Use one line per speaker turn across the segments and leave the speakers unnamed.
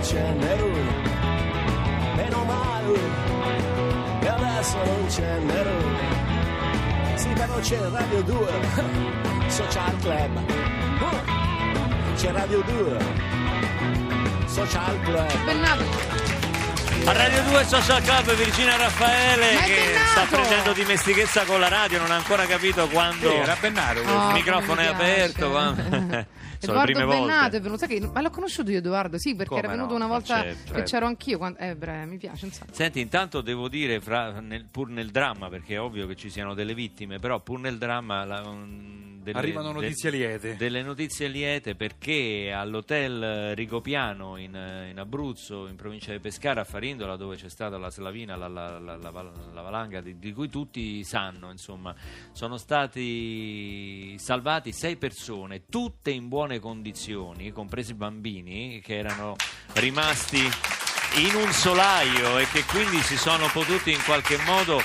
c'è meno male che adesso non c'è nero sì però c'è Radio 2 Social Club c'è Radio 2 Social Club
Bennato.
A Radio 2 Social Club Virginia Raffaele
Ma è
che
Bennato!
sta prendendo dimestichezza con la radio, non ha ancora capito quando
Sì, era Bennato questo.
il
Oh,
microfono
come
è
mi piace.
aperto. quando- Sono le
Edoardo
prime
Bennato è
volte.
venuto, sai che- ma l'ho conosciuto io Edoardo, sì, perché
Come
era venuto
no?
una volta
Certo,
che
eh.
c'ero anch'io, quando- eh, bre, mi piace un sacco.
Senti, intanto devo dire, fra- nel- pur nel dramma, perché è ovvio che ci siano delle vittime, però pur nel dramma... la- un- delle-
Arrivano
de-
notizie liete.
Delle notizie liete perché all'hotel Rigopiano in, in Abruzzo, in provincia di Pescara, a Farindola, dove c'è stata la slavina, la, la- la- la val- la valanga di, di cui tutti sanno, insomma, sono stati salvati sei persone, tutte in buone condizioni, compresi bambini che erano rimasti in un solaio e che quindi si sono potuti in qualche modo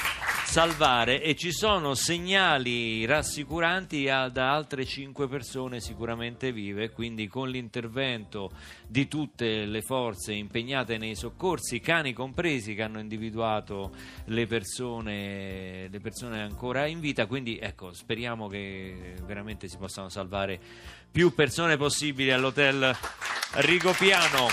salvare e ci sono segnali rassicuranti a- da altre 5 persone sicuramente vive, quindi con l'intervento di tutte le forze impegnate nei soccorsi, cani compresi che hanno individuato le persone, le persone ancora in vita, quindi ecco, speriamo che veramente si possano salvare più persone possibili all'hotel Rigopiano.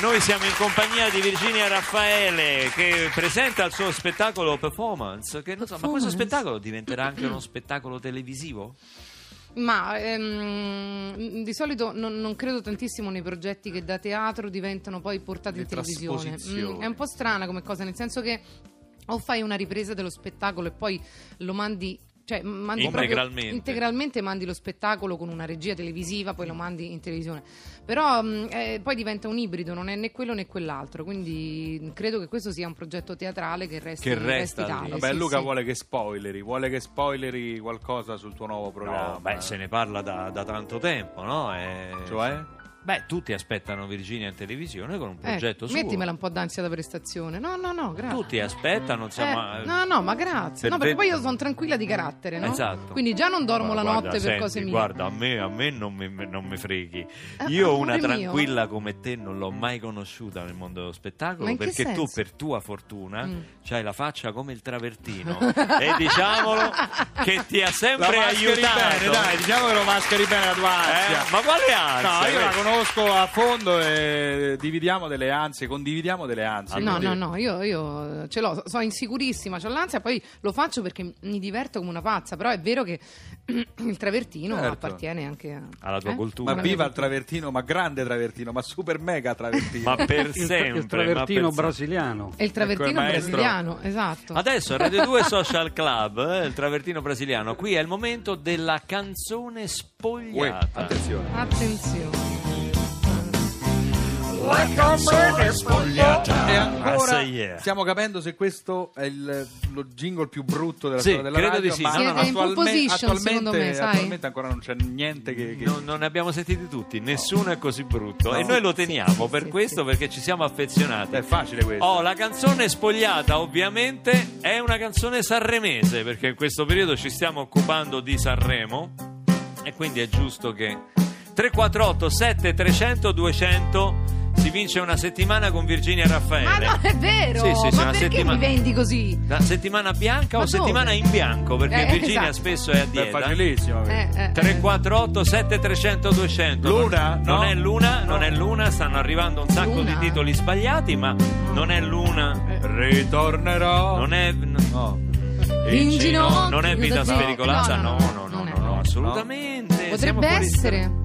Noi siamo in compagnia di Virginia Raffaele che presenta il suo spettacolo Performance. Che non so, ma questo
Performance?
spettacolo diventerà anche uno spettacolo televisivo?
Ma ehm, di solito non, non credo tantissimo nei progetti che da teatro diventano poi portati
Le
in televisione. Mm,
trasposizioni.
è un po' strana come cosa, nel senso che o fai una ripresa dello spettacolo e poi lo mandi. Cioè, mandi proprio-
Integralmente.
integralmente mandi lo spettacolo con una regia televisiva, poi lo mandi in televisione. Però mh, eh, poi diventa un ibrido, non è né quello né quell'altro. Quindi credo che questo sia un progetto teatrale che resti,
Che resta
resti tale.
lì.
Vabbè,
Eh, sì,
Luca
sì.
vuole che spoileri, vuole che spoileri qualcosa sul tuo nuovo programma.
No, beh, se ne parla da, da tanto tempo, no? Eh, E-
Cioè?
Beh, tutti aspettano Virginia in televisione con un
Eh,
progetto suo.
mettimela un po' d'ansia da prestazione. No, no, no, grazie.
Tutti aspettano, insomma...
Eh, no, no, ma grazie.
per
No, perché
te-
poi io sono tranquilla di carattere, no?
Esatto.
Quindi già non dormo
Ma
la
guarda,
notte per
senti,
cose mie.
Guarda, a me, a me non, mi, non mi freghi.
Eh,
Io
amore
una
mio.
tranquilla come te non l'ho mai conosciuta nel mondo dello
Ma
spettacolo
in che
perché tu,
senso?
per tua fortuna,
Mm.
hai la faccia come il travertino. e diciamolo che ti ha
La
sempre
mascheri
aiutato.
bene, dai, diciamo che lo mascheri bene la tua ansia.
Eh, ma quale ansia?
No, io la
Vedi?
conosco a fondo e dividiamo delle ansie, condividiamo delle ansie.
No,
quindi-
no, no, io, io ce l'ho, sono insicurissima, ho l'ansia, poi lo faccio perché mi diverto come una pazza, però è vero che il travertino
Certo.
appartiene anche a-
Alla tua
eh?
cultura.
Ma
Una
viva il travertino, ma grande travertino, ma super mega travertino.
Ma per
Il,
sempre.
il
ma
travertino
per-
brasiliano.
E il travertino
Ecco, il maestro.
brasiliano, esatto.
Adesso a Radio 2 Social Club, eh, il travertino brasiliano. Qui è il momento della canzone
Uè,
spogliata.
attenzione.
Attenzione.
E
Ah,
ancora
say yeah.
stiamo capendo se questo è il, lo jingle più brutto della
Sì,
storia della
credo
radio,
di sì.
ma
Siete
in pole
attualme-
position, secondo
attualmente-
me, sai?
attualmente ancora non c'è niente che... che-
Non, non ne abbiamo sentiti tutti, nessuno è così brutto.
No.
E noi lo teniamo
sì,
per
sì,
questo
sì.
perché ci siamo affezionati.
È facile questo.
Oh, la canzone spogliata ovviamente è una canzone sanremese perché in questo periodo ci stiamo occupando di Sanremo e quindi è giusto che 348 7300 200 si vince una settimana con Virginia
Ma
Raffaele.
Ah, no, è vero!
Sì, sì, sì,
ma
una
perché
settimana-
mi vendi così?
La settimana bianca
Ma
o settimana
dove?
in bianco perché
Eh,
Virginia
esatto.
spesso è a
Beh, È
dieta.
facilissimo.
Eh, eh, eh.
348 7300 200
Luna?
non
No.
è luna non è luna stanno arrivando un sacco
Luna?
di titoli sbagliati ma non è luna
Ritornerò.
non è
No.
In
Dici, Eh, no,
ginocchio,
non è vita
così.
spericolata no
No,
no no,
no, no,
no,
non è.
no, assolutamente siamo
Potrebbe
fuori-
essere.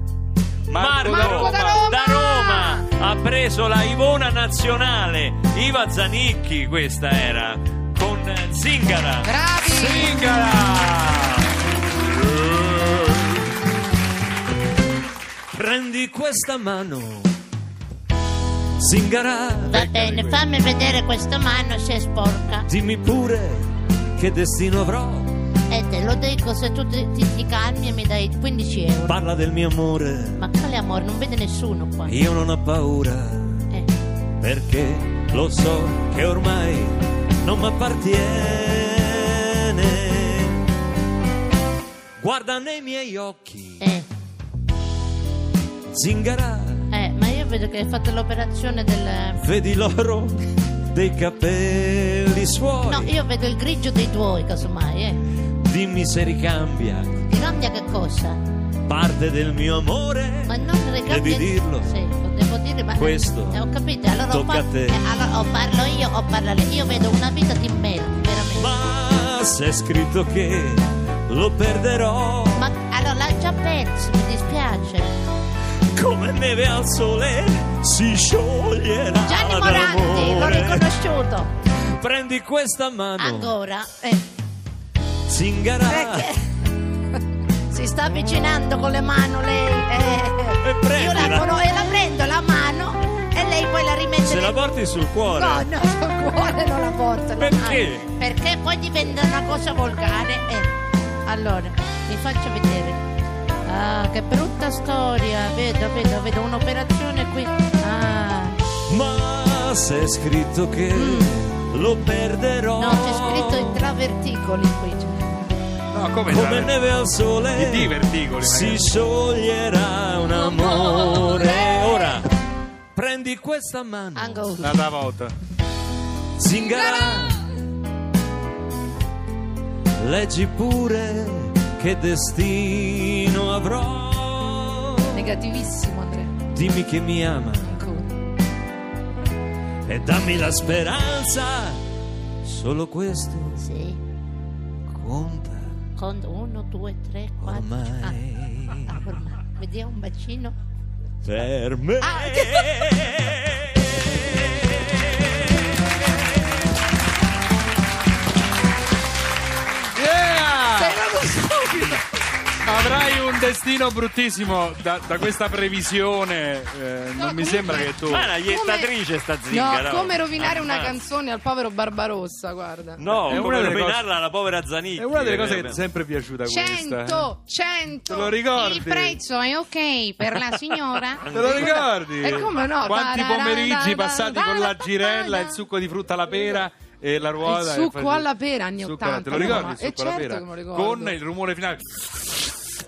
Marco, da, Roma,
Marco da Roma!
ha preso la Ivona nazionale Iva Zanicchi questa era con eh, Zingara
Bravi!
Zingara prendi questa mano Zingara
Va bene, fammi vedere questa mano se è sporca.
dimmi pure che destino avrò
Eh,
E te lo dico se tu ti, ti- ti calmi e mi dai 15 euro.
parla del mio amore
Ma quale amore, non vede nessuno qua.
Eh.
io non ho paura
Eh,
perché lo so che ormai non mi appartiene. Guarda nei miei occhi,
eh,
zingara,
eh, ma io
vedo che hai fatto l'operazione del...
Vedi l'oro dei capelli suoi.
No, io vedo il grigio dei tuoi, casomai, eh.
Dimmi se ricambia
Ti cambia che cosa?
parte del mio amore.
Ma non ricambia...
Devi dirlo.
Sì, lo devo dire, ma...
Questo.
Eh, ho capito, allora...
Tocca
o
a te.
allora o parlo io o parla lei. Io vedo una vita di merda, veramente.
Ma c'è scritto che lo perderò
Ma allora la già perso, mi dispiace.
come neve al sole si scioglierà
Gianni Morandi, l'ho
d'amore.
riconosciuto.
Prendi questa mano,
Ancora. Eh.
zingarà
Perché si sta avvicinando con le mani lei. eh.
E prendila.
Io la, cono- e la prendo la mano e lei poi la rimette
se
nel-
la porti sul cuore.
No, no, sul cuore non la porto. la
Perché?
mano. Perché poi diventa una cosa volgare. eh. Allora, vi faccio vedere. Ah, che brutta storia. Vedo, vedo, vedo un'operazione qui. Ah,
Ma c'è scritto che lo perderò
Mm. no, c'è scritto in tre verticoli qui.
No, come,
come
tra-
neve al sole.
I diverticoli,
si
magari.
scioglierà un amore. Ora prendi questa mano,
Ancora.
Nata volta.
zingarà. Leggi pure che destino avrò.
Negativissimo, Andrea.
Dimmi che mi ama
Ancora.
e dammi la speranza. Solo questo
Sì.
conta
Con uno, due, tre, quattro. Ah.
ormai
Ah, ormai. Mi dia un bacino.
per me.
Yeah! Avrai un destino bruttissimo da, da questa previsione. eh, non mi
comunque-
sembra che tu.
Ma è una iettatrice sta
No,
zinga.
come rovinare una
Ah, ah.
canzone al povero Barbarossa, guarda.
No,
È una
come
delle
rovinarla alla povera eh, Zanetti.
È una delle cose che ti è
Veramente.
sempre piaciuta questa. eh.
100, 100.
Te lo ricordi?
Il prezzo è ok per la signora.
Te lo ricordi?
E come no?
Quanti
Tararara,
pomeriggi passati con la
tararara,
girella, il
tararara.
succo di frutta alla pera e la
Il
ruota. che
succo
facevi-
alla pera, anni
Succo
80,
alla- Te lo
no,
ricordi
ma-
il
eh,
succo alla
certo
pera?
che me lo ricordo.
Con il rumore finale.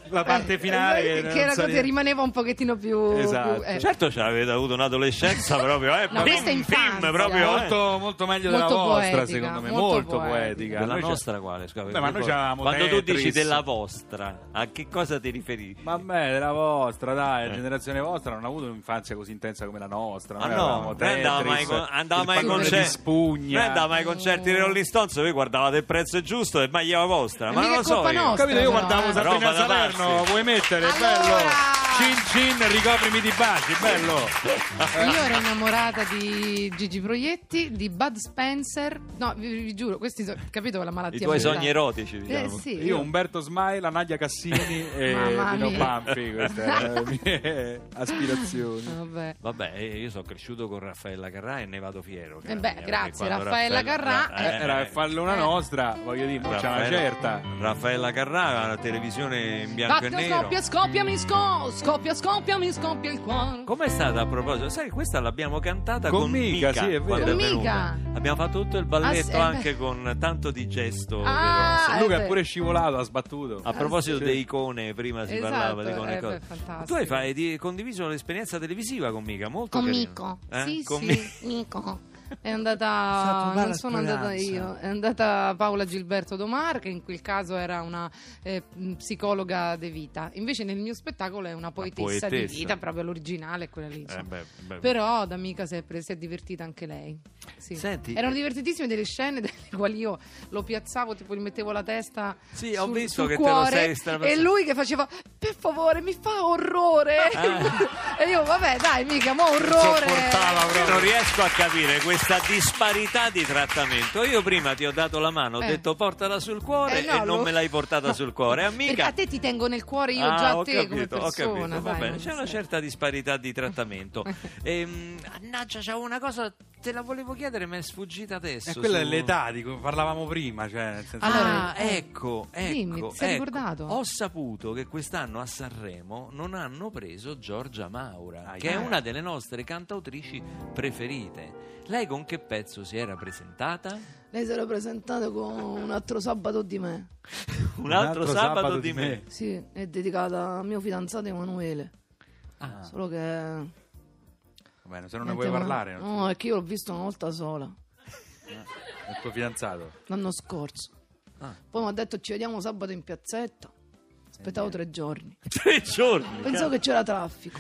La parte finale
Eh,
che,
che,
non
era
sa
così,
niente.
rimaneva un pochettino più.
Esatto.
più- eh.
Certo, ce l'avete avuto un'adolescenza proprio, eh,
No,
proprio
questa è
un film
infanzia.
proprio, eh.
molto, molto meglio
Molto
della vostra,
poetica,
secondo me.
molto
Molto,
poetica.
poetica.
Della
Noi c'è-
nostra quale? Scusa,
Beh, ma noi c'avevamo
Quando tu dici
Tetris.
della vostra, a che cosa ti riferisci?
Vabbè, della vostra, dai, la generazione vostra non ha avuto un'infanzia così intensa come la nostra.
Eh. Ah
Noi
no,
avevamo
noi
Tetris,
andava mai con- andava
il
mai ai
pallone
concerti.
di
concerti,
spugna.
noi andavamo ai concerti dei Rolling Stones, voi guardavate il prezzo giusto e maglia vostra, ma
Mica
non
è
lo so
colpa
io.
nostra.
Capito, io
Però, eh.
guardavo Sabrina
Roba da
Salerno,
pazzi.
vuoi mettere?
Allora!
Bello! Cin cin, ricoprimi di baci, bello!
Eh.
Io ero innamorata di Gigi Proietti, di Bud Spencer. No, vi, vi giuro, questi so- capito la malattia.
I tuoi
mentale.
sogni erotici,
Eh,
diciamo.
sì.
Io Umberto Smaila, Nadia Cassini e
Mamma
Pino
mia.
Pampi, queste erano le mie aspirazioni.
Vabbè.
Vabbè, eh, io sono cresciuto con Raffaella Carrà e ne vado fiero.
Eh beh,
cara mia, perché
grazie,
quando
Raffaella Carrà,
Ra-
eh.
eh,
Era
eh,
farle una nostra, voglio dire, mo c'è una
Raffaella-
diciamo, certa.
Raffaella Carrà, la televisione in bianco
Batte,
e nero.
scoppia, scoppia, mi scoppia, scoppia, scoppia, mi scoppia il cuore.
Com'è stata a proposito? Sai, questa l'abbiamo cantata con,
Con Mica, sì, è vero.
quando
Con
venuta. Abbiamo fatto tutto il
Ah, sì, eh
balletto
beh.
anche con tanto di gesto. però,
Ah,
sì.
eh,
Luca
beh.
è pure scivolato, ha sbattuto. Eh,
A proposito
sì.
delle icone, prima si
Esatto,
parlava di
eh,
icone. e
beh,
cose.
fantastico.
tu hai, fa- hai di- condiviso l'esperienza televisiva con Mica, molto
Con
carino.
Mico,
Eh?
Sì,
Con
sì,
Mi-
Nico.
È andata, non sono andata io, è andata Paola Gilberto Domar, che in quel caso era una eh, mh, psicologa de vita. Invece nel mio spettacolo è una poetessa,
poetessa.
di vita, proprio l'originale è quella lì.
Eh,
insomma.
beh, beh.
Però da amica si è, pre- si è divertita anche lei. Sì.
Senti,
Erano
eh,
divertitissime delle scene delle quali io lo piazzavo, tipo gli mettevo la testa
Sì, ho
sul-
visto
sul
che te lo
cuore
sei strapazzata.
e lui che faceva "Per favore, mi fa orrore".
Ah.
e io vabbè, dai, mica, mo orrore.
Sopportava proprio.
non riesco a capire questa disparità di trattamento. Io prima ti ho dato la mano, ho
Eh.
detto portala sul cuore
Eh, no,
e non
lo-
me l'hai portata
no.
sul cuore.
Perché
Amica,
a te ti tengo nel cuore io
Ah,
già a
ho
te come
capito, ho
persona.
capito, va
dai,
bene.
non
C'è una
so.
certa disparità di trattamento. ehm, annaggia, c'avevo una cosa, te la volevo chiedere, ma è sfuggita adesso.
E Eh, quella
su-
è l'età di cui parlavamo prima, cioè nel senso-
Ah,
Allora, eh,
ecco, ecco,
dimmi, ti sei
ecco.
ricordato?
Ho saputo che quest'anno a Sanremo non hanno preso Giorgia Maura,
Ah,
che è
yeah.
una delle nostre cantautrici preferite. Lei con che pezzo si era presentata?
Lei si era presentata con un altro sabato di me.
Un, altro, sabato, di me.
Sì, è dedicata al mio fidanzato Emanuele.
Ah.
Solo che
Bene, se non
Eh,
ne vuoi parlare, non-
No, è che io l'ho visto una volta sola,
il tuo fidanzato.
l'anno scorso.
Ah.
Poi mi ha detto ci vediamo sabato in piazzetta. Aspettavo tre giorni.
Tre giorni.
Pensavo che c'era traffico.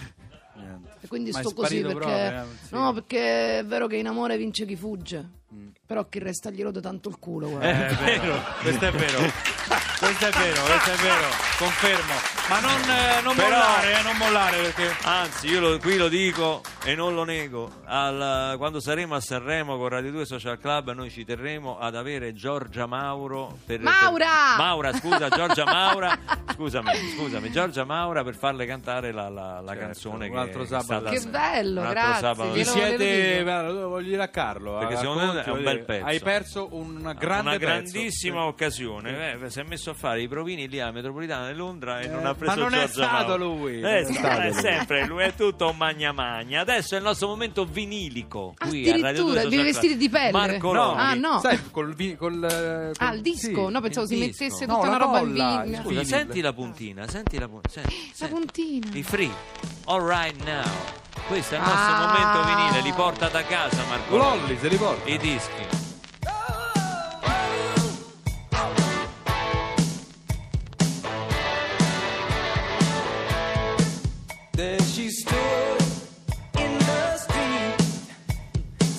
Niente.
E quindi
Ma è
sto così perché.
sparito proprio, eh, sì. Mm.
No, perché è vero che in amore vince chi fugge. Però chi resta gli rode tanto il culo, guarda.
Eh, è vero. Questo è vero. questo è vero,
eh,
questo è vero. Confermo. Ma non, eh, non
Però-
mollare, eh, non mollare perché...
Anzi, io lo- qui lo dico e non lo nego. Al- quando saremo a Sanremo con Radio 2 Social Club, noi ci terremo ad avere Giorgia Mauro. Per,
Maura!
per- Maura, scusa, Giorgia Maura. Scusami, scusami, Giorgia Maura per farle cantare la, la- la
Certo,
canzone.
un
che
altro
è
sabato.
stata-
Che bello,
un altro
grazie,
sabato.
Vi
glielo volevo
siete.
dire.
guarda, lo voglio dire a Carlo.
Perché
a
secondo me
racconti,
è un
voglio
bel
dire,
pezzo.
Hai perso un grande
una
pezzo.
grandissima occasione Eh, si è messo a fare i provini lì alla metropolitana di Londra e non ha preso
Eh, ma non è
Giorgia
stato
Mauro.
lui,
Eh,
non è
sì,
stato
è
lui.
sempre lui è tutto un magna magna adesso è il nostro momento vinilico qui a Radio 2
Addirittura,
Social
vi vestite
Club.
di pelle?
Marco
No,
Loni.
Ah, no.
Sai, col, vi- col, eh,
Ah,
col-
il disco?
sì.
no, pensavo si
il
mettesse
disco.
tutta
No,
una
la
roba
colla,
in
il
vino.
Scusa,
Vinil.
senti la puntina, senti la puntina. Senti,
Eh, La
senti.
puntina.
I free. All right now. Questo è il nostro
Ah.
momento vinile, li porta da casa Marco Loni.
Lolli se li porta.
I dischi.
There she stood in the street,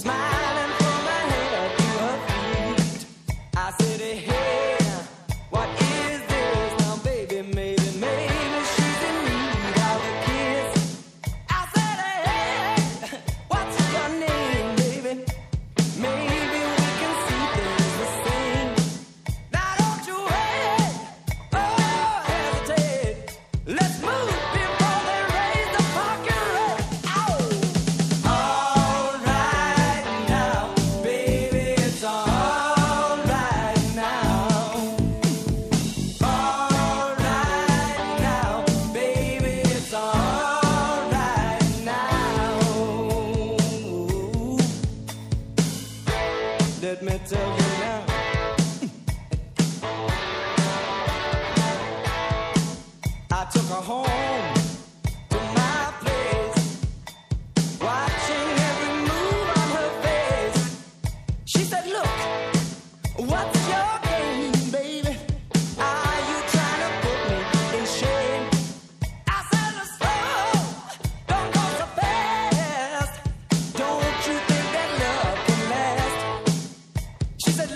smiling from my head to her feet. I said, Hey, what is this? Now, baby, maybe, maybe she's in need of a kiss. I said, Hey, what's your name, baby? Maybe we can see things the same. Now don't you wait, oh hesitate. Let's move before they raise the parking rate. Oh, alright now, baby, it's alright now. Alright now, baby, it's alright now. Let me tell you now. I took her home to my place, watching every move on her face. She said, Look, what's your game, baby? Are you trying to put me in shame? I said, Slow, don't go so fast. Don't you think that love can last? She said,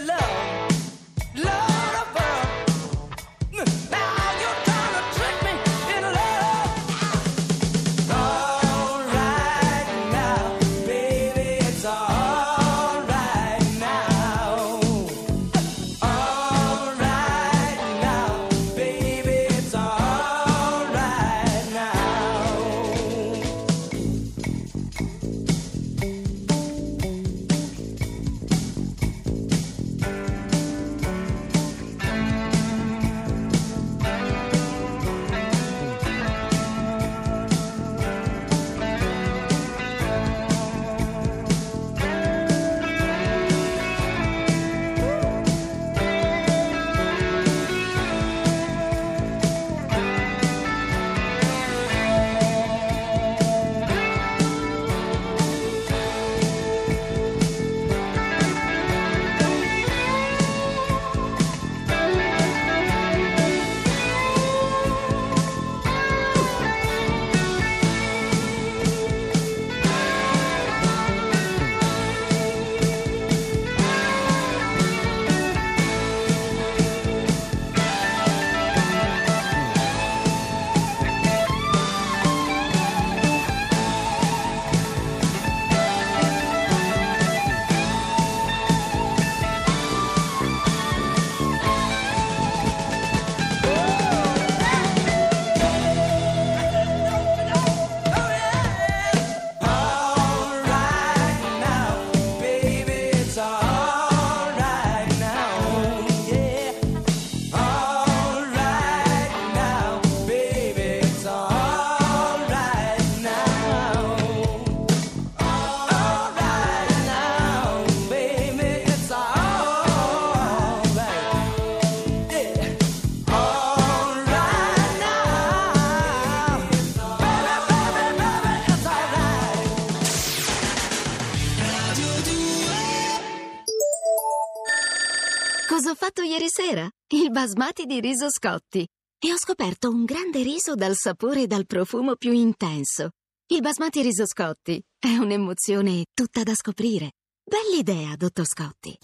Cosa ho fatto ieri sera? Il basmati di riso Scotti. E ho scoperto un grande riso dal sapore e dal profumo più intenso. Il basmati riso Scotti è un'emozione tutta da scoprire. Bell'idea, dottor Scotti.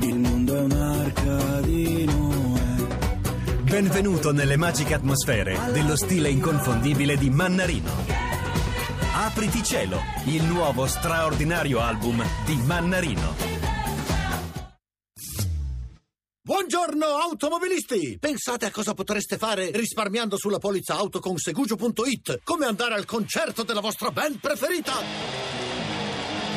Il mondo è un'arca di Noè.
Benvenuto nelle magiche atmosfere dello stile inconfondibile di Mannarino. Apriti cielo, il nuovo straordinario album di Mannarino.
Buongiorno automobilisti! Pensate a cosa potreste fare risparmiando sulla polizza auto con segugio.it, come andare al concerto della vostra band preferita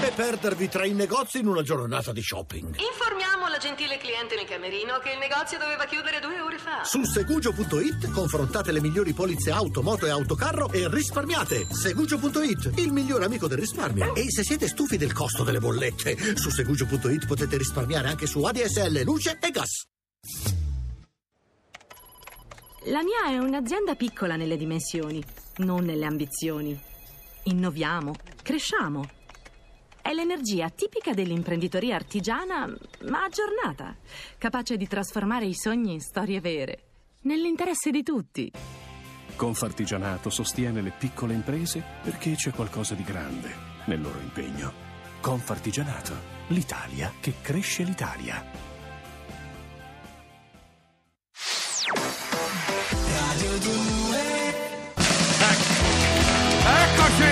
e perdervi tra i negozi in una giornata di shopping.
Informiamo la gentile cliente nel camerino che il negozio doveva chiudere due ore fa.
Su segugio.it confrontate le migliori polizze auto, moto e autocarro e risparmiate. Segugio.it, il miglior amico del risparmio. E se siete stufi del costo delle bollette, su segugio.it potete risparmiare anche su ADSL, luce e gas.
La mia è un'azienda piccola nelle dimensioni, non nelle ambizioni. Innoviamo, cresciamo. È l'energia tipica dell'imprenditoria artigiana, ma aggiornata, capace di trasformare i sogni in storie vere, nell'interesse di tutti.
Confartigianato sostiene le piccole imprese perché c'è qualcosa di grande nel loro impegno. Confartigianato, l'Italia che cresce l'Italia.
Eccoci!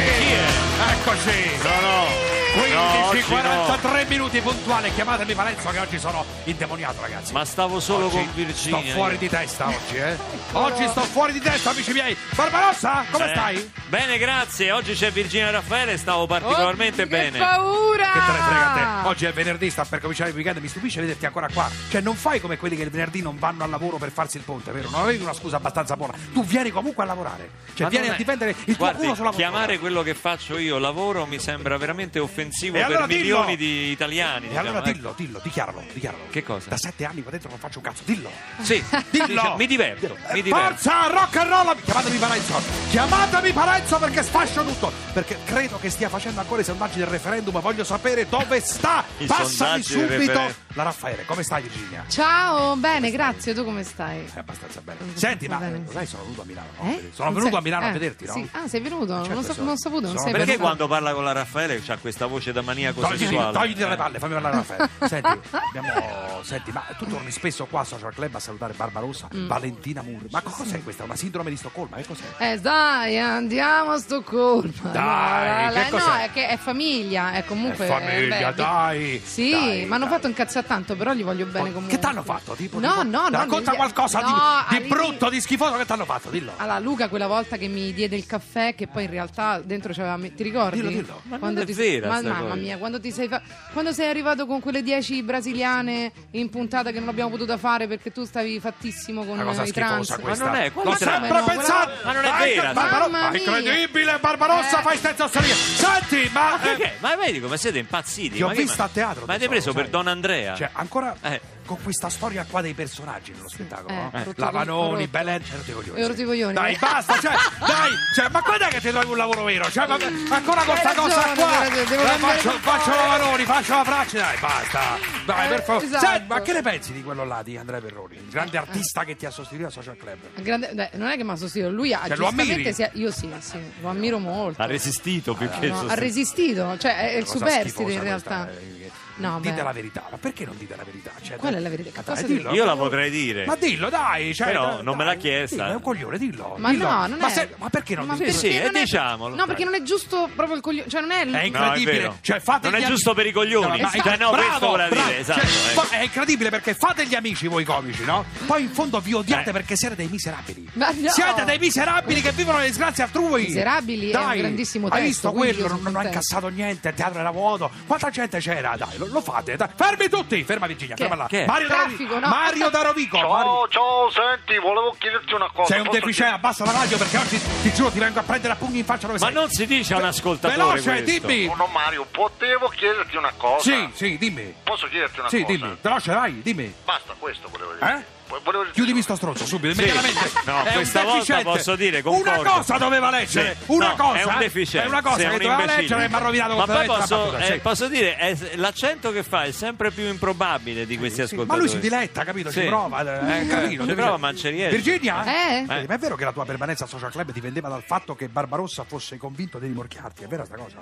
Eccoci! No, no. 15,
oggi
43 minuti puntuale, chiamatemi Valenzo che oggi sono indemoniato ragazzi.
Ma stavo solo
Oggi
con Virginia.
Sto fuori
io.
di testa oggi, eh. Oggi sto fuori di testa, amici miei. Barbarossa, come
Eh,
stai?
Bene, grazie. Oggi c'è Virginia Raffaele, stavo particolarmente
Oddio,
bene.
Che paura!
Che te ne frega a
Ah!
te? Oggi è venerdì, sta per cominciare il weekend, mi stupisce vederti ancora qua. Cioè, non fai come quelli che il venerdì non vanno al lavoro per farsi il ponte, vero? Non avevi una scusa abbastanza buona. Tu vieni comunque a lavorare. Cioè,
Ma
vieni
non
a
è-
difendere il tuo
Guardi,
culo sulla
chiamare quello che faccio io lavoro mi sembra veramente offensivo
E
per
allora dillo!
milioni di italiani.
E
diciamo,
allora
eh.
dillo, dillo, dichiaralo, dichiaralo.
Che cosa?
Da sette anni qua dentro non faccio un cazzo, dillo.
Sì,
Dillo. Eh,
diciamo, mi diverto, mi diverto.
Forza, rock and roll! Chiamatemi Parenzo! Chiamatemi Parenzo perché sfascio tutto! Perché credo che stia facendo ancora i sondaggi del referendum, voglio sapere dove sta!
I
Passami
sondaggi del
subito!
referendum.
La Raffaele, come stai Virginia?
Ciao, bene, grazie. Tu come stai?
È abbastanza bene. Senti, ma
Va bene.
lo sai, sono venuto a Milano. no?
Eh?
Sono
Non
venuto
sei-
a Milano a
eh,
vederti, no?
sì. Ah, sei venuto?
certo,
non, sa-
sono-
non saputo, non
sono-
sei
Perché
Perché
venuto.
quando parla con la Raffaele c'ha questa voce da maniaco
Togliti,
sessuale?
togliti dalle
Eh.
palle, fammi parlare a Raffaele. Senti, abbiamo- senti, ma tu torni spesso qua a Social Club a salutare Barbarossa,
Mm.
Valentina Mur. Ma cos'è questa? Una sindrome di Stoccolma? Che cos'è?
Eh, dai, andiamo a Stoccolma.
Dai,
Allora,
che
la- no,
cos'è?
è che è famiglia, è comunque.
È famiglia,
eh, beh,
dai,
Sì,
dai,
mi hanno
dai.
fatto incazzare tanto, però gli voglio bene comunque.
Che t'hanno fatto? Tipo,
No,
tipo,
no, no,
Racconta
mi-
qualcosa di-
no, Ah,
di,
arrivi-
brutto, di schifoso che t'hanno fatto, dillo.
Allora, Luca, quella volta che mi diede il caffè, che poi in realtà dentro c'aveva. me- Ti ricordi?
Dillo, dillo.
Ma
Quando
non è
ti-
vera
ma,
sta
mamma
cosa.
mia, quando ti sei fa- quando sei arrivato con quelle 10 brasiliane in puntata che non abbiamo potuto fare perché tu stavi fattissimo con
Una cosa
i
schifosa
trans.
questa.
non è,
L'ho
quella-
sempre
Ma no,
pensato.
quella- ma non è
Ah,
vera,
che-
sì.
Barbaro-
Mamma
ma è
mia.
incredibile, Barbarossa,
Eh.
fai stenzosserie. Senti, ma. eh,
Perché? Ma vedi come siete impazziti?
Ti ho
ma che-
visto a teatro.
Ma avete preso
tesoro,
per
sai.
Don Andrea?
Cioè, ancora
Eh.
con questa storia qua dei personaggi nello spettacolo,
Eh,
no?
rotto di-
Lavanoni,
rotto.
Belen, c'è rotto i coglioni.
E rotto i coglioni,
Dai,
eh.
basta, cioè, dai, cioè, ma quando è che ti trovi un lavoro vero? Cioè, ma, ma ancora con
Mm. Hai
sta cosa
ragione,
qua.
devo- devo
Dai,
cambiare
faccio,
il
faccio
lavoro.
Lavanoni, faccio la Francia, dai, basta. Dai,
Eh,
per favore.
esatto.
Senti, ma che ne pensi di quello là di Andrea Perroni, il grande artista che ti ha sostituito a Social Club?
Grande- beh, non è che mi ha sostituito, lui ha
Cioè, lo
giustamente
ammiri?
si è- io sì, sì, lo ammiro molto.
Ha resistito più che
No, ha
sostenuto.
resistito, cioè è il
Cosa
superstite in
schifosa
realtà.
questa, eh, che-
No,
dite
beh.
la verità, ma perché non dite la verità? Cioè,
Qual è la
dai-
verità?
Ma
Cosa
dai,
devi-
dillo.
Io la potrei dire.
Ma dillo, dai, cai,
Però
dai,
non me l'ha
dai,
chiesta.
dillo, è un coglione, dillo.
Ma
dillo.
no, non
ma
è.
se- ma perché non
Ma
dillo?
perché
Sì, eh,
non è-
diciamolo, Eh.
No,
dai.
perché non è giusto proprio il coglione. Cioè, non è.
È
No, è
incredibile.
vero.
cioè, fate
Non
gli
è
ami-
giusto per i coglioni.
ma-
Cioè, no, questo voleva dire, esatto,
Cioè,
ecco.
fa- è incredibile perché fate gli amici voi comici, no? Poi in fondo vi odiate
Eh.
perché siete dei miserabili.
Ma no.
Siete dei miserabili che vivono le disgrazie altrui.
Miserabili è
dai,
un grandissimo
Hai visto
testo, quindi
quello?
io
Non,
sono
non ha
contenta.
incassato niente, il teatro era vuoto. Quanta gente c'era? Dai, lo, lo fate. dai. Fermi tutti. Ferma Virginia,
Che-
ferma là.
che è?
Mario
Traffico,
Darovico.
no. Oh,
Mario Darovico. Mario-
Ciao, Oh, ciao, senti, volevo chiederti una cosa.
Sei un
Posso
deficiente, abbassa la radio perché oggi ti giuro ti vengo a prendere a pugni in faccia dove
Ma
sei.
non si dice a un ascoltatore
Veloce,
questo.
dimmi.
chiederti- Oh, no, Mario, potevo chiederti una cosa?
Sì, sì, dimmi.
Posso chiederti una
Sì,
cosa?
dimmi. Veloce, vai, dimmi.
Basta, questo volevo dire.
Eh?
volevo
Chiudimi sto stronzo subito,
Sì.
immediatamente.
No,
È un
questa volta
deficiente.
posso dire, concordo.
Una cosa doveva leggere,
Sì.
una
No,
cosa. eh.
È un deficiente.
È una cosa
sei
che
un
doveva
imbecille.
leggere e mi ha rovinato
Ma poi
completamente la
posso,
battuta.
eh,
sì.
posso dire, è- l'accento che fa è sempre più improbabile di questi
Ma
ascoltatori.
lui si diletta, capito? Ci
Sì.
prova, eh, è carino.
Ci
deve-
prova, ma non ci riesce.
Virginia?
Eh?
Vedi, Ma è vero che la tua permanenza al social club dipendeva dal fatto che Barbarossa fosse convinto di rimorchiarti? È vera sta cosa?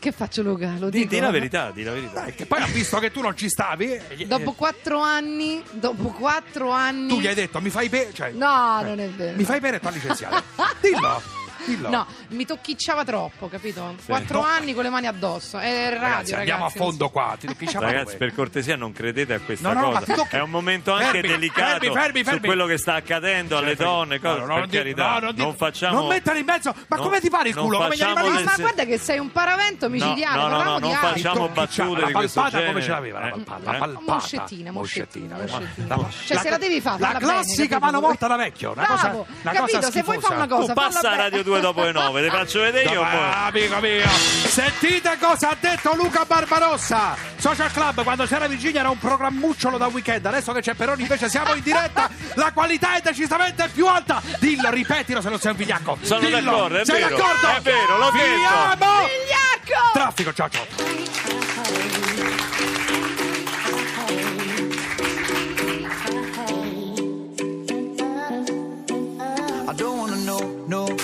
Che faccio Luca? Lo
Di,
dico?
eh?
di la verità, di la verità.
Che poi ha visto che tu non ci stavi, eh,
Dopo quattro anni, dopo quattro anni...
tu gli hai detto mi fai bene, cioè,
No,
eh,
non è vero.
mi fai bene e ti ha licenziato. Dillo, dillo.
No, mi tocchicciava troppo, capito?
Sì.
Quattro
No.
anni con le mani addosso. È radio,
Ragazzi,
ragazzi.
andiamo
a
non
fondo qua, ti diciamo
Ragazzi,
dove.
per cortesia, non credete a questa
No, no, no, ma
cosa.
tu tocchi-
È un momento anche
Fermi,
delicato
fermi, fermi, fermi. Cioè,
su quello che sta accadendo alle
fermi.
donne. Cose,
No, no,
per
non dire-
carità,
no, non dire-
facciamo.
non mettere in mezzo- ma
no,
come ti pare il
non
culo? Come gli
facciamo
so. Eh, Ma,
del-
ma guarda che sei un paravento micidiale,
No, no, no,
parliamo
no,
di
non
altro.
facciamo battute
la
di questo
palpata
genere.
come ce l'aveva, la
Eh?
palpata, la
Eh?
palpata.
Moscettina, moscettina,
Moscettina, la-
moscettina. Cioè,
la-
se la devi fare,
La
falla bene,
classica
capito?
mano morta da vecchio, una cosa,
Bravo,
una
capito?
cosa
Se vuoi
schifosa.
fare una cosa,
Tu
falla
passa a
bene.
Radio 2 dopo le 9, le faccio vedere io.
Ah,
poi-
amico mio, sentite cosa ha detto Luca Barbarossa. Social Club, quando c'era Virginia era un programmucciolo da weekend, adesso che c'è Peroni invece siamo in diretta, la qualità è decisamente più alta. Dillo, ripetilo se non sei un vigliacco.
Sono
Dillo,
d'accordo, è
sei
vero,
d'accordo?
è vero, l'ho detto.
Vi amo!
Vigliacco!
Traffico, ciao ciao.
Eh?
I don't wanna know, no,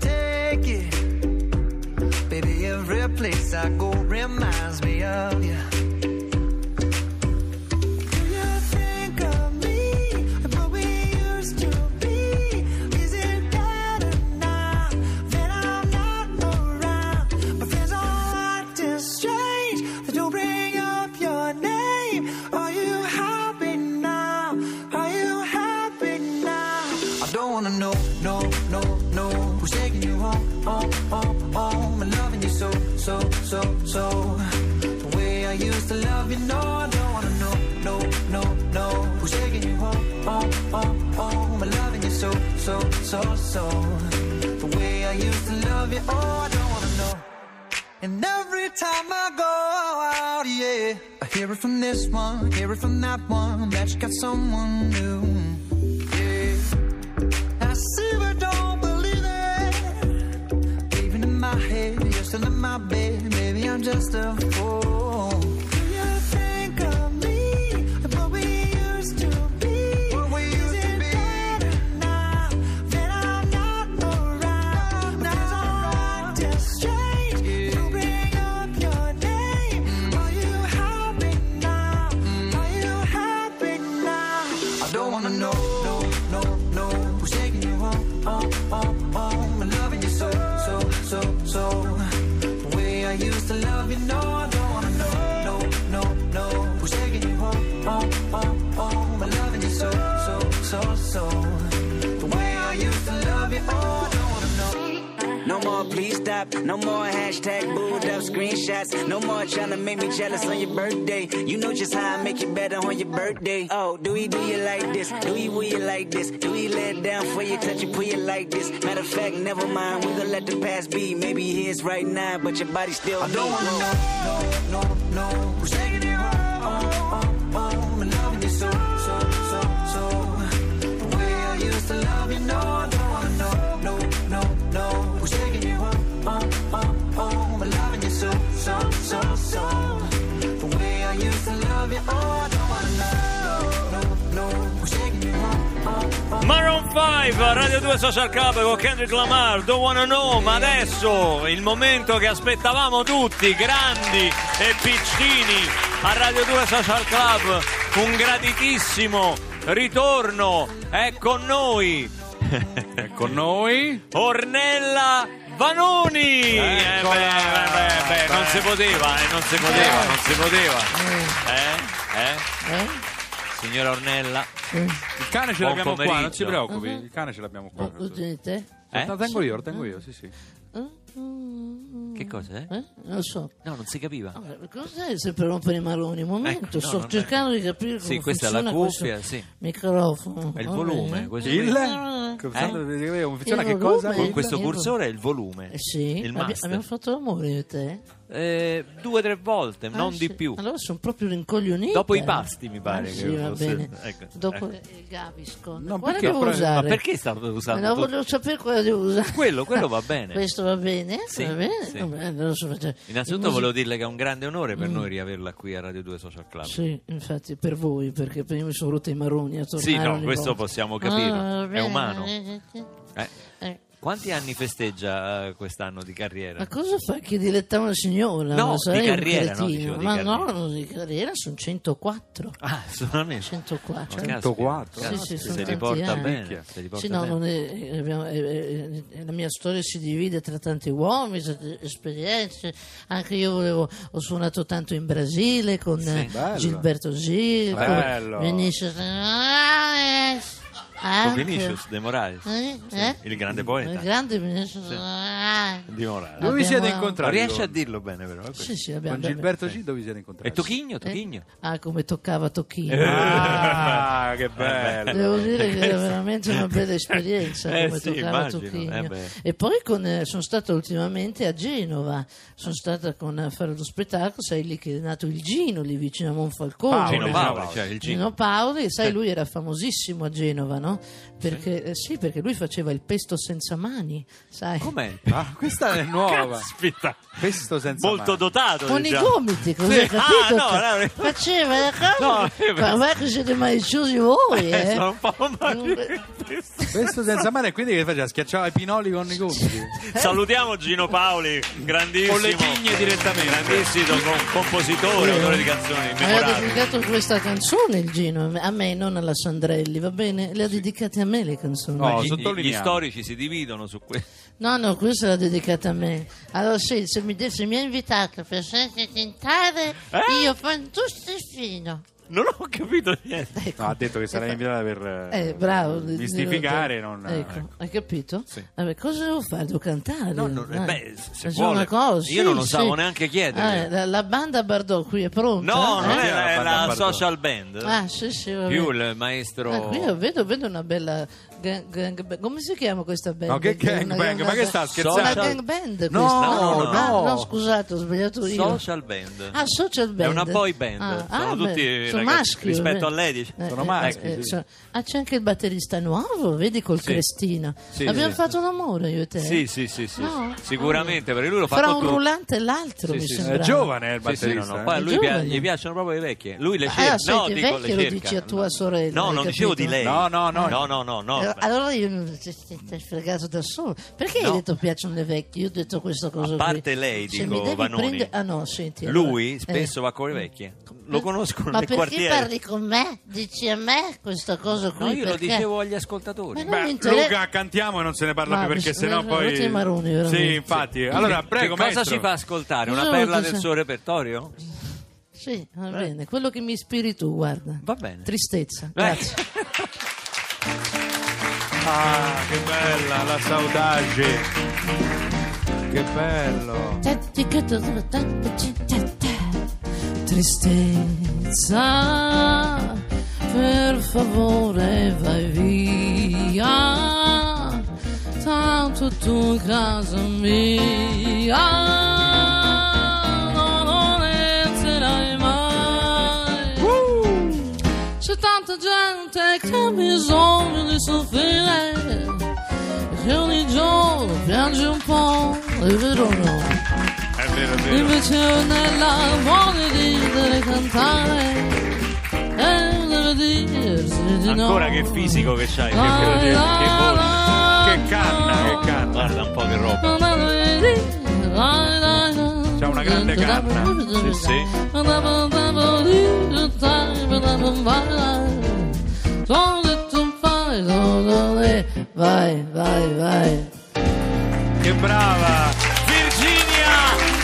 take it. Baby, every place I go reminds me of you. Do you think of me and what we used to be? Is it better now that I'm not around? But there's a lot to strange that don't bring up your name. Are you happy now? Are you happy now? I don't wanna know, no, no, no. Who's taking you home, home, home, home? And loving you so, so, so, so. The way I used to love you, no, I don't wanna know, no, no, no. Who's taking you home, home, home, home? And loving you so, so, so, so. The way I used to love you, oh, I don't wanna know. And every time I go out, yeah, I hear it from this one, hear it from that one, that you got someone new. Yeah. I see but don't believe it. Even in my head, you're still in my bed, maybe I'm just a fool. Do you think of me and what we used to be? What we used to be. Now that I'm not around, there's a lot to change. You bring up your name. Are you happy now? Are you happy now? I don't wanna know, no, no, no. Who's taking you home, home, home, home? And loving you so, so, so, so. The way I used to love you, no, I don't wanna know, no, no, no. Who's taking you home, home, home, home? And loving you so, so, so, so. The way I used to love you, oh, I don't wanna know.
No more please stop, no more hashtag booed up screenshots, no more trying to make me jealous on your birthday. You know just how I make you better on your birthday. Oh, do we do you like this? Do we will you like this? Do we let down for you, touch you, pull you like this? Matter of fact, never mind, we gonna let the past be. Maybe it is right now, but your body still I don't wanna
no, no. Who's taking you home, home, home, and loving you so, so, so, so. The way I used to love you, no, I don't wanna know, no, no, no. Who's taking you home, home, home, home, and loving you so, so, so, so. The way I used to love you, oh, I don't wanna know, no, no. Who's taking you home, home, home?
Maroon 5, Radio 2 Social Club con Kendrick Lamar, Don't Wanna Know, ma adesso il momento che aspettavamo tutti, grandi e piccini, a Radio 2 Social Club, un graditissimo ritorno, è con noi, è
con noi
Ornella Vanoni! Eh, beh, beh, beh, beh, non si poteva, eh, non si poteva, non si poteva. Eh? Eh? Signora Ornella.
Il cane ce
Buon
l'abbiamo qua, non
pomeriggio.
si preoccupi. Il cane ce l'abbiamo qua.
Scusate.
Eh?
Uh-huh. Oh, Lo tengo io, lo tengo io, sì, sì.
Che cosa è?
Eh, Non so.
No, non si capiva.
Cos'è se per rompere i maroni? Un momento,
Ecco, no,
sto
non è-
cercando di capire come
Sì, questa è la
funziona questo
cuffia, sì.
microfono.
È il
Va
volume.
bene.
questo
Il?
qui.
Che-
Eh?
come funziona,
Il che cosa? volume.
Con questo
Il
cursore è il volume.
Eh Sì,
Il
abbi-
master.
abbiamo fatto l'amore io e te?
Eh, due o tre volte,
Ah,
non di
sì.
più.
Allora sono proprio rincoglionito.
Dopo i pasti, mi pare che
Ah, sì, va
fosse-
bene.
ecco,
Dopo
ecco.
il Gaviscon.
No,
Quale
perché?
devo
Però-
usare?
Ma perché state
Me la
usando? tu-
voglio sapere quella devo usare.
Quello, quello va bene.
Ah, Questo va bene?
Sì,
va bene?
sì.
Va bene, allora sono-
Innanzitutto
Il music-
volevo dirle che è un grande onore per noi riaverla qui a Radio 2 Social Club.
Mm. Sì, infatti, per voi, perché prima mi sono rotte i maroni a tornare
Sì, no,
ogni
questo
volta.
possiamo capirlo.
Ah, va
È
bene.
umano. Eh,
Eh.
Quanti anni festeggia eh, quest'anno di carriera?
Ma cosa fa che diletta una signora?
No,
Ma
di
sarei un
carriera, no,
cretino.
dicevo, di
Ma
carriera.
no, non di carriera, sono 104.
Ah, solamente Oh,
104.
caspita,
Sì,
caspita,
sì, sono
se li
tanti
porta
anni.
bene, se li porta
Sì, no,
bene.
non è- abbiamo- è- è- è- la mia storia si divide tra tanti uomini, tante esperienze. Anche io volevo, ho suonato tanto in Brasile con
Sì.
eh,
Bello.
Gilberto Gil, con
Bello.
Vinicius Ah, Morales,
Con
anche-
Vinicius De Morales,
Eh? Eh?
il grande
Il
poeta
grande Vinicius Morales.
di Morales.
Dove vi siete
incontrati?
Non riesce a dirlo bene, però. eh, questo.
Sì, sì, abbiamo-
Con Gilberto G dove vi siete incontrati?
E Tocchigno, Tocchigno.
Ah, come toccava Tocchino.
Ah, che bello.
Devo dire che era veramente una bella esperienza
Eh
come
sì,
toccava
immagino,
Tocchino.
eh beh.
e poi con, eh, sono stata ultimamente a Genova, sono stata con, a fare lo spettacolo, sai lì che è nato il Gino, lì vicino a Monfalcone.
Paolo, Gino Paoli, cioè il Gino.
Gino Paoli, sai lui era famosissimo a Genova, no? Perché, eh, sì, perché lui faceva il pesto senza mani, sai?
Com'è?
Ah, questa è nuova.
Caspita.
Questo senza
Molto
mani.
dotato.
Con i
diciamo.
gomiti, così
Sì.
hai capito?
Ah, no, eh, no,
Faceva la cosa. Guarda che siete maliciosi voi, eh?
sono un Questo senza mano e quindi che faceva? Schiacciava i pinoli con i gomiti.
Eh?
Salutiamo Gino Paoli, grandissimo.
Con le pigne direttamente.
Grandissimo com- compositore, autore di canzoni
Aveva
memorabili.
dedicato questa canzone il Gino, a me, non alla Sandrelli, va bene? Le ha dedicate a me le canzoni.
Ma gli, gli- gli storici si dividono su questo.
No, no, questa l'ha dedicata a me. Allora, sì, se mi, de- se mi ha invitato per sempre cantare,
Eh?
io fantusto e fino. Ecco.
Non ho capito niente.
No, ha detto che sarei invitato per eh,
Eh, bravo.
mistificare. Non,
Ecco,
ecco.
hai capito? Vabbè, cosa devo fare? Devo cantare?
eh,
Dai.
beh, se
È solo
vuole.
una cosa,
Io non
sì,
osavo
sì.
neanche chiederglielo.
Ah, la, la banda Bardò qui è pronta?
No,
Eh?
non è la, è
Banda
la
Bardò.
social band.
Ah, sì, sì, va
Più
bene.
il maestro.
Ah, qui io vedo, vedo una bella gang, gang band. Come si chiama questa band?
No, che gang
Una
bang? Ma che sta scherzando?
Una gang band
No,
questa?
no, no.
Ah, no, scusate, ho sbagliato io.
Social band.
Ah, social band.
È una boy band.
Ah,
sono
ah,
tutti
beh, sono
ragazzi-
maschi,
rispetto
vabbè.
a lei. dice-
Eh,
sono
eh,
maschi.
eh,
sì.
so- Ah, c'è anche il batterista nuovo, vedi col
Sì.
Crestino.
Sì,
Abbiamo
sì.
fatto l'amore io e te.
Sì, sì, sì, sì.
No?
Sicuramente, perché lui lo fa
Fra
con
un
tutto.
rullante e l'altro,
Sì,
mi
sì, sì.
sembra.
È giovane eh, il
Sì, sì,
batterista.
no, no.
eh?
Poi a lui
È
pia-
giovane.
gli piacciono proprio le vecchie. Lui le cerca.
Ah, senti,
no, dico, le
vecchio lo
cerca.
dici a tua sorella.
No,
hai
non dicevo di
capito?
lei.
No, no, no.
No, no, no, no.
Eh, Allora io non- ti ti- ti hai fregato da solo. Perché
No.
hai detto piacciono le vecchie? Io ho detto questa cosa.
A parte
qui.
lei,
Se
dico,
mi devi
Vanoni.
prendere- Ah no, senti. allora-
Lui
eh.
spesso va con le vecchie. Lo conoscono
Ma
nel
perché
quartiere.
parli con me? Dici a me questa cosa qui?
No, io lo
Perché?
dicevo agli ascoltatori.
Ma non mi
Beh,
interessa-
Luca, cantiamo e non se ne parla
Ma
più perché
mi-
sennò
mi-
poi.
rotti i maroni, veramente.
sì, infatti. Allora,
Che-
prego,
che cosa
maestro.
ci fa ascoltare? Una
Cosa
perla
volete
del
sa-
suo repertorio?
Sì, va bene. Quello che mi ispiri tu, guarda.
Eh. Va bene.
Tristezza. Grazie.
Ah, che bella la saudage. Che bello.
Tristezza, per favore vai via, tanto tu in casa mia non entrerai mai. C'è tanta gente che ha bisogno di soffrire, che ogni giorno piange un po', è vero o no?
È vero, è vero.
Invece nella voglia di deve cantare e deve dirsi di no.
Ancora che fisico che c'hai. Che,
La,
che, che,
la,
voce.
Che canna, che canna.
Guarda un po' che roba.
Ma deve dire, dai, dai, dai.
C'ha una grande canna.
Sì, sì.
Vai, vai, vai.
Che brava.
Virginia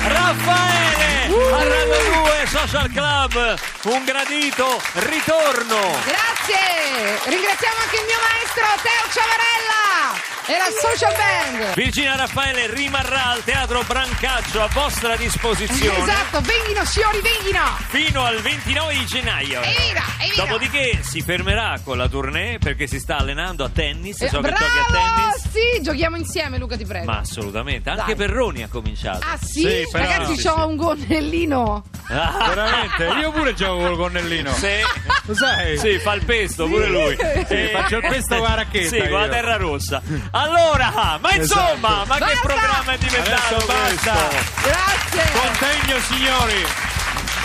Raffaele
Uh!
a Radio 2 Social Club. Un gradito ritorno.
Grazie! Ringraziamo anche il mio maestro Teo Ciavarella e la Social Band.
Virginia Raffaele rimarrà al Teatro Brancaccio a vostra disposizione
Esatto, venghino signori, venghino!
fino al 29 di gennaio.
Evviva, evviva!
Dopodiché si fermerà con la tournée perché si sta allenando a tennis.
Eh,
so che
bravo!
giochi a tennis.
Sì, giochiamo insieme, Luca, ti prego.
Ma assolutamente, anche
Dai.
Perroni ha cominciato.
Ah sì? Ragazzi, c'ho un gonnellino.
Ah.
Veramente? Io pure gioco col gonnellino.
Sì.
Lo sai?
Sì, fa il pesto pure
Sì.
lui.
Sì,
Eh,
faccio il pesto con la racchetta
Sì, con la
io.
terra rossa. Allora, ma insomma,
Esatto.
ma che
Basta!
programma è diventato
Adesso basta.
questo?
Grazie.
Contegno, signori.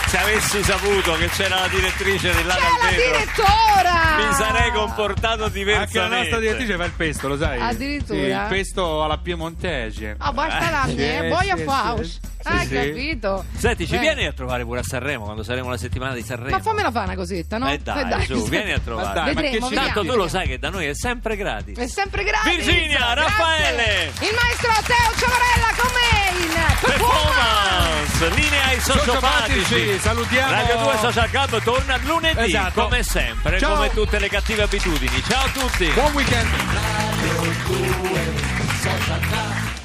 Se avessi saputo che c'era la direttrice dell'Ada
La
al vetro,
direttora!
mi sarei comportato
Anche
diversamente.
la nostra direttrice fa il pesto, lo sai?
Addirittura?
Sì, il pesto alla piemontese.
Ah, basta la mia, eh, voglio faus. Ah,
sì.
capito?
Senti, ci
Beh.
vieni a trovare pure a Sanremo quando saremo la settimana di Sanremo.
Ma fammela fare una cosetta, no?
Eh dai, su, vieni a trovare.
Ma dai, ma Vedremo, che ci- vediamo.
Tanto tu lo sai che da noi è sempre gratis.
È sempre gratis.
Virginia,
Grazie.
Raffaele.
Il maestro Teo Ciavarella con me in Performance.
Linea ai sociopatici.
Sociopatici, salutiamo.
Radio 2 Social Club torna lunedì,
Esatto.
come sempre,
Ciao.
come tutte le cattive abitudini. Ciao a tutti.
Buon weekend.
Social Club.